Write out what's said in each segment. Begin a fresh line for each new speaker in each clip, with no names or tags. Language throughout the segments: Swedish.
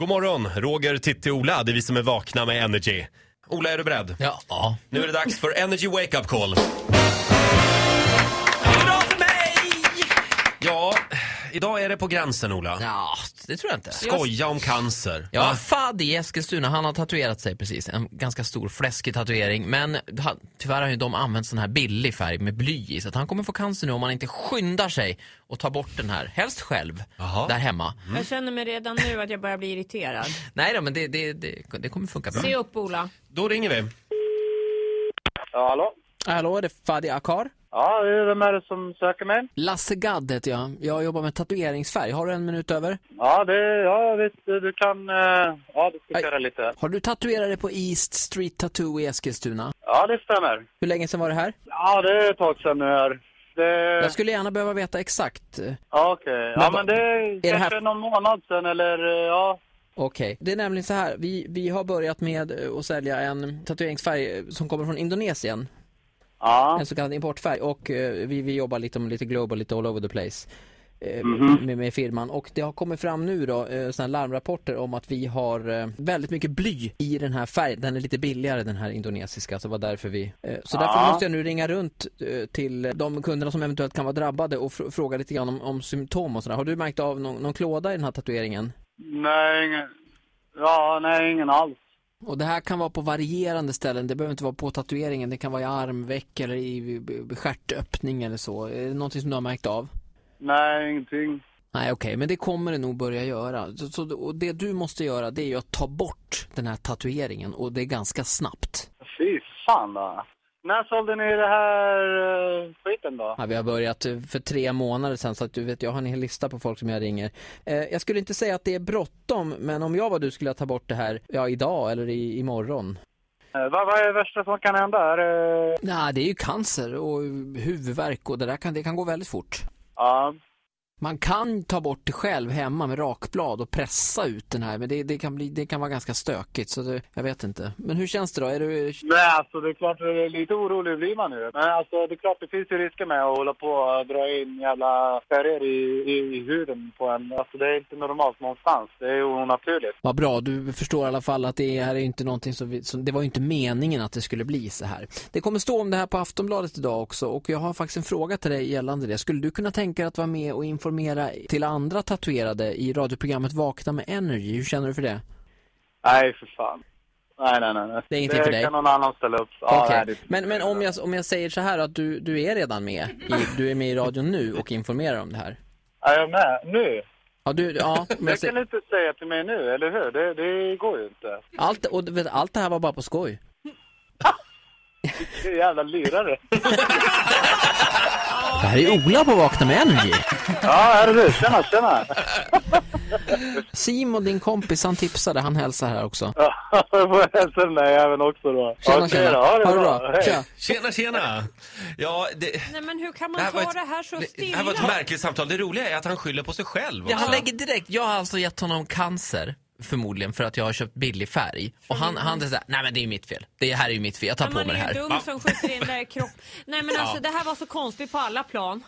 God morgon, Roger, Titti, Ola. Det är vi som är vakna med Energy. Ola, är du beredd?
Ja. ja.
Nu är det dags för Energy Wake Up Call. Hurra för mig! Ja, idag är det på gränsen, Ola.
Ja, det tror jag inte.
Skoja om cancer.
Ja,
Va?
Fadi i Eskilstuna, han har tatuerat sig precis. En ganska stor fläskig tatuering. Men han, tyvärr har ju de använt sån här billig färg med bly i. Så att han kommer få cancer nu om han inte skyndar sig och tar bort den här. Helst själv,
Jaha.
där hemma.
Mm.
Jag känner mig redan nu att jag börjar bli irriterad.
Nej då, men det, det, det, det kommer funka bra.
Se upp Ola.
Då ringer vi.
Ja, hallå?
Hallå, det är Fadi Akar.
Ja, vem är det som söker mig?
Lasse Gadd heter jag. Jag jobbar med tatueringsfärg. Har du en minut över?
Ja, det, ja visst, du kan... eh, Ja, diskutera lite.
Har du tatuerat dig på East Street Tattoo i Eskilstuna?
Ja, det stämmer.
Hur länge sedan var det här?
Ja, det är ett tag sedan nu här. Det...
Jag skulle gärna behöva veta exakt. eh,
Ja, okej. Ja,
vad-
men det är
det
kanske
här-
någon månad sedan eller... eh, Ja,
Okej. Det är nämligen så här. Vi, vi har börjat med eh, att sälja en tatueringsfärg eh, som kommer från Indonesien.
ja,
En så kallad importfärg. Och eh, vi, vi jobbar lite, om- lite global, lite all over the place. eh,
Mhm.
Med, med firman och det har kommit fram nu då eh, såna här larmrapporter om att vi har eh, väldigt mycket bly i den här färgen. Den är lite billigare den här indonesiska så det var därför vi eh, så därför
Ja.
måste jag nu ringa runt eh, till de kunderna som eventuellt kan vara drabbade och fr- fråga lite grann om, om symptom och sådär. Har du märkt av någon, någon klåda i den här tatueringen?
nej, ingen... Ja, nej, ingen alls.
Och det här kan vara på varierande ställen, det behöver inte vara på tatueringen, det kan vara i armveck eller i stjärtöppning eller så. Är det någonting som du har märkt av?
Nej, ingenting.
Nej okej, men det kommer det nog börja göra. Så, så, och det du måste göra det är ju att ta bort den här tatueringen och det ganska snabbt.
Fy fan då. När sålde ni det här eh, skiten då?
Ja, vi har börjat eh, för tre månader sedan så att du vet, jag har en hel lista på folk som jag ringer. Eh, jag skulle inte säga att det är bråttom, men om jag var du skulle jag ta bort det här ja, idag eller i, imorgon.
Eh, Vad, vad är det värsta som kan hända? Är det...
Nej, det är ju cancer och huvudvärk och det där kan, det kan gå väldigt fort.
Ja,
Man kan ta bort det själv hemma med rakblad och pressa ut den här, men det, det, kan, bli, det kan vara ganska stökigt. Så det, jag vet inte. Men hur känns det då? Är du,
Nej, alltså det är klart, eh, lite orolig blir man ju. Men alltså det är klart, det finns ju risker med att hålla på och dra in jävla färger i, i, i huden på en. Alltså det är inte normalt någonstans. Det är ju onaturligt.
Vad bra, du förstår i alla fall att det här är ju inte någonting som, vi, som Det var ju inte meningen att det skulle bli så här. Det kommer stå om det här på Aftonbladet idag också och jag har faktiskt en fråga till dig gällande det. Skulle du kunna tänka dig att vara med och informera till andra tatuerade i radioprogrammet Vakna med Energy? Hur känner du för det?
Nej, för fan. Nej, nej, nej. nej.
Det är ingenting för dig.
kan någon annan ställa upp. Ja,
Okej.
nej, det-
Men, men om, jag, om jag säger så här att du, du är redan med, i, du är med i radion nu och informerar om det här.
Ja, jag med. Nu?
Ja, du, ja, om jag
Det kan du
säger,
inte säga till mig nu, eller hur? Det, det går ju inte.
allt, och, du vet, allt det här var bara på skoj.
Det är jävla lirare.
Det här är Ola på Vakna med Energy.
Ja, här är du. Tjena, tjena.
Simon, din kompis, han tipsade, han hälsar här också.
Ja, Jag får hälsa den där jäveln också då.
Tjena,
Okej
tjena.
då.
Ha det bra.
Hej.
Tja.
Tjena, tjena! Ja, det...
Nej men hur kan man
Det här
ta
var ett-
det här så
Det, det
stilla?
här var ett märkligt samtal. Det roliga är att han skyller på sig själv
Ja, han
också.
lägger direkt, jag har alltså gett honom cancer förmodligen för att jag har köpt billig färg. Och han, han är såhär, nej men det är ju mitt fel. Det här är ju mitt fel, jag tar
Men
på mig
man
det
är
här.
ju dum
Va?
som skjuter in där i kropp. Nej men alltså det här var så konstigt på alla plan.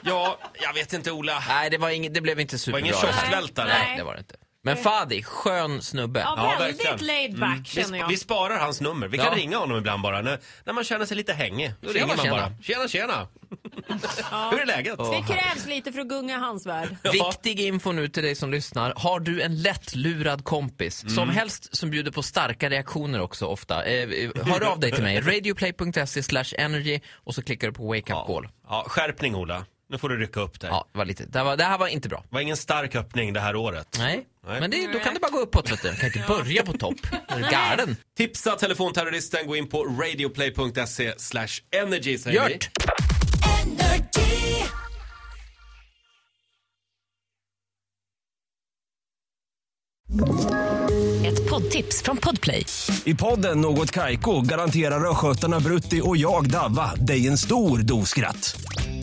Ja, jag vet inte, Ola.
Nej, det, var ing, det blev inte superbra.
ingen kioskvältare.
Nej,
Nej.
det var det inte. Men Fadi, skön snubbe.
Ja,
Ja,
väldigt
verkligen. Mm.
laid back
Vi,
känner jag.
vi sparar hans nummer. Vi kan
Ja.
ringa honom ibland bara. När, när man känner sig lite hängig. Då
Tjena,
ringer man
tjena.
bara. Tjena, tjena! Hur är läget?
Det krävs lite för att gunga hans värld.
Viktig info nu till dig som lyssnar. Har du en lättlurad kompis,
Mm.
som helst som bjuder på starka reaktioner också ofta, eh, eh, hör av dig till mig. Radioplay.se slash energy och så klickar du på wake up call.
Ja, skärpning, Ola. Nu får du rycka upp dig.
Ja, det, var lite, det, här var, det här var inte bra.
Det var ingen stark öppning det här året.
Nej,
Nej.
men det, då kan det bara gå uppåt. Vet du. Du kan inte börja på topp. Det är Galen.
Tipsa telefonterroristen. Gå in på radioplay.se slash energy säger vi.
Gjort!
Ett poddtips från Podplay.
I podden Något Kaiko garanterar östgötarna Brutti och jag, Davva, dig en stor dos skratt.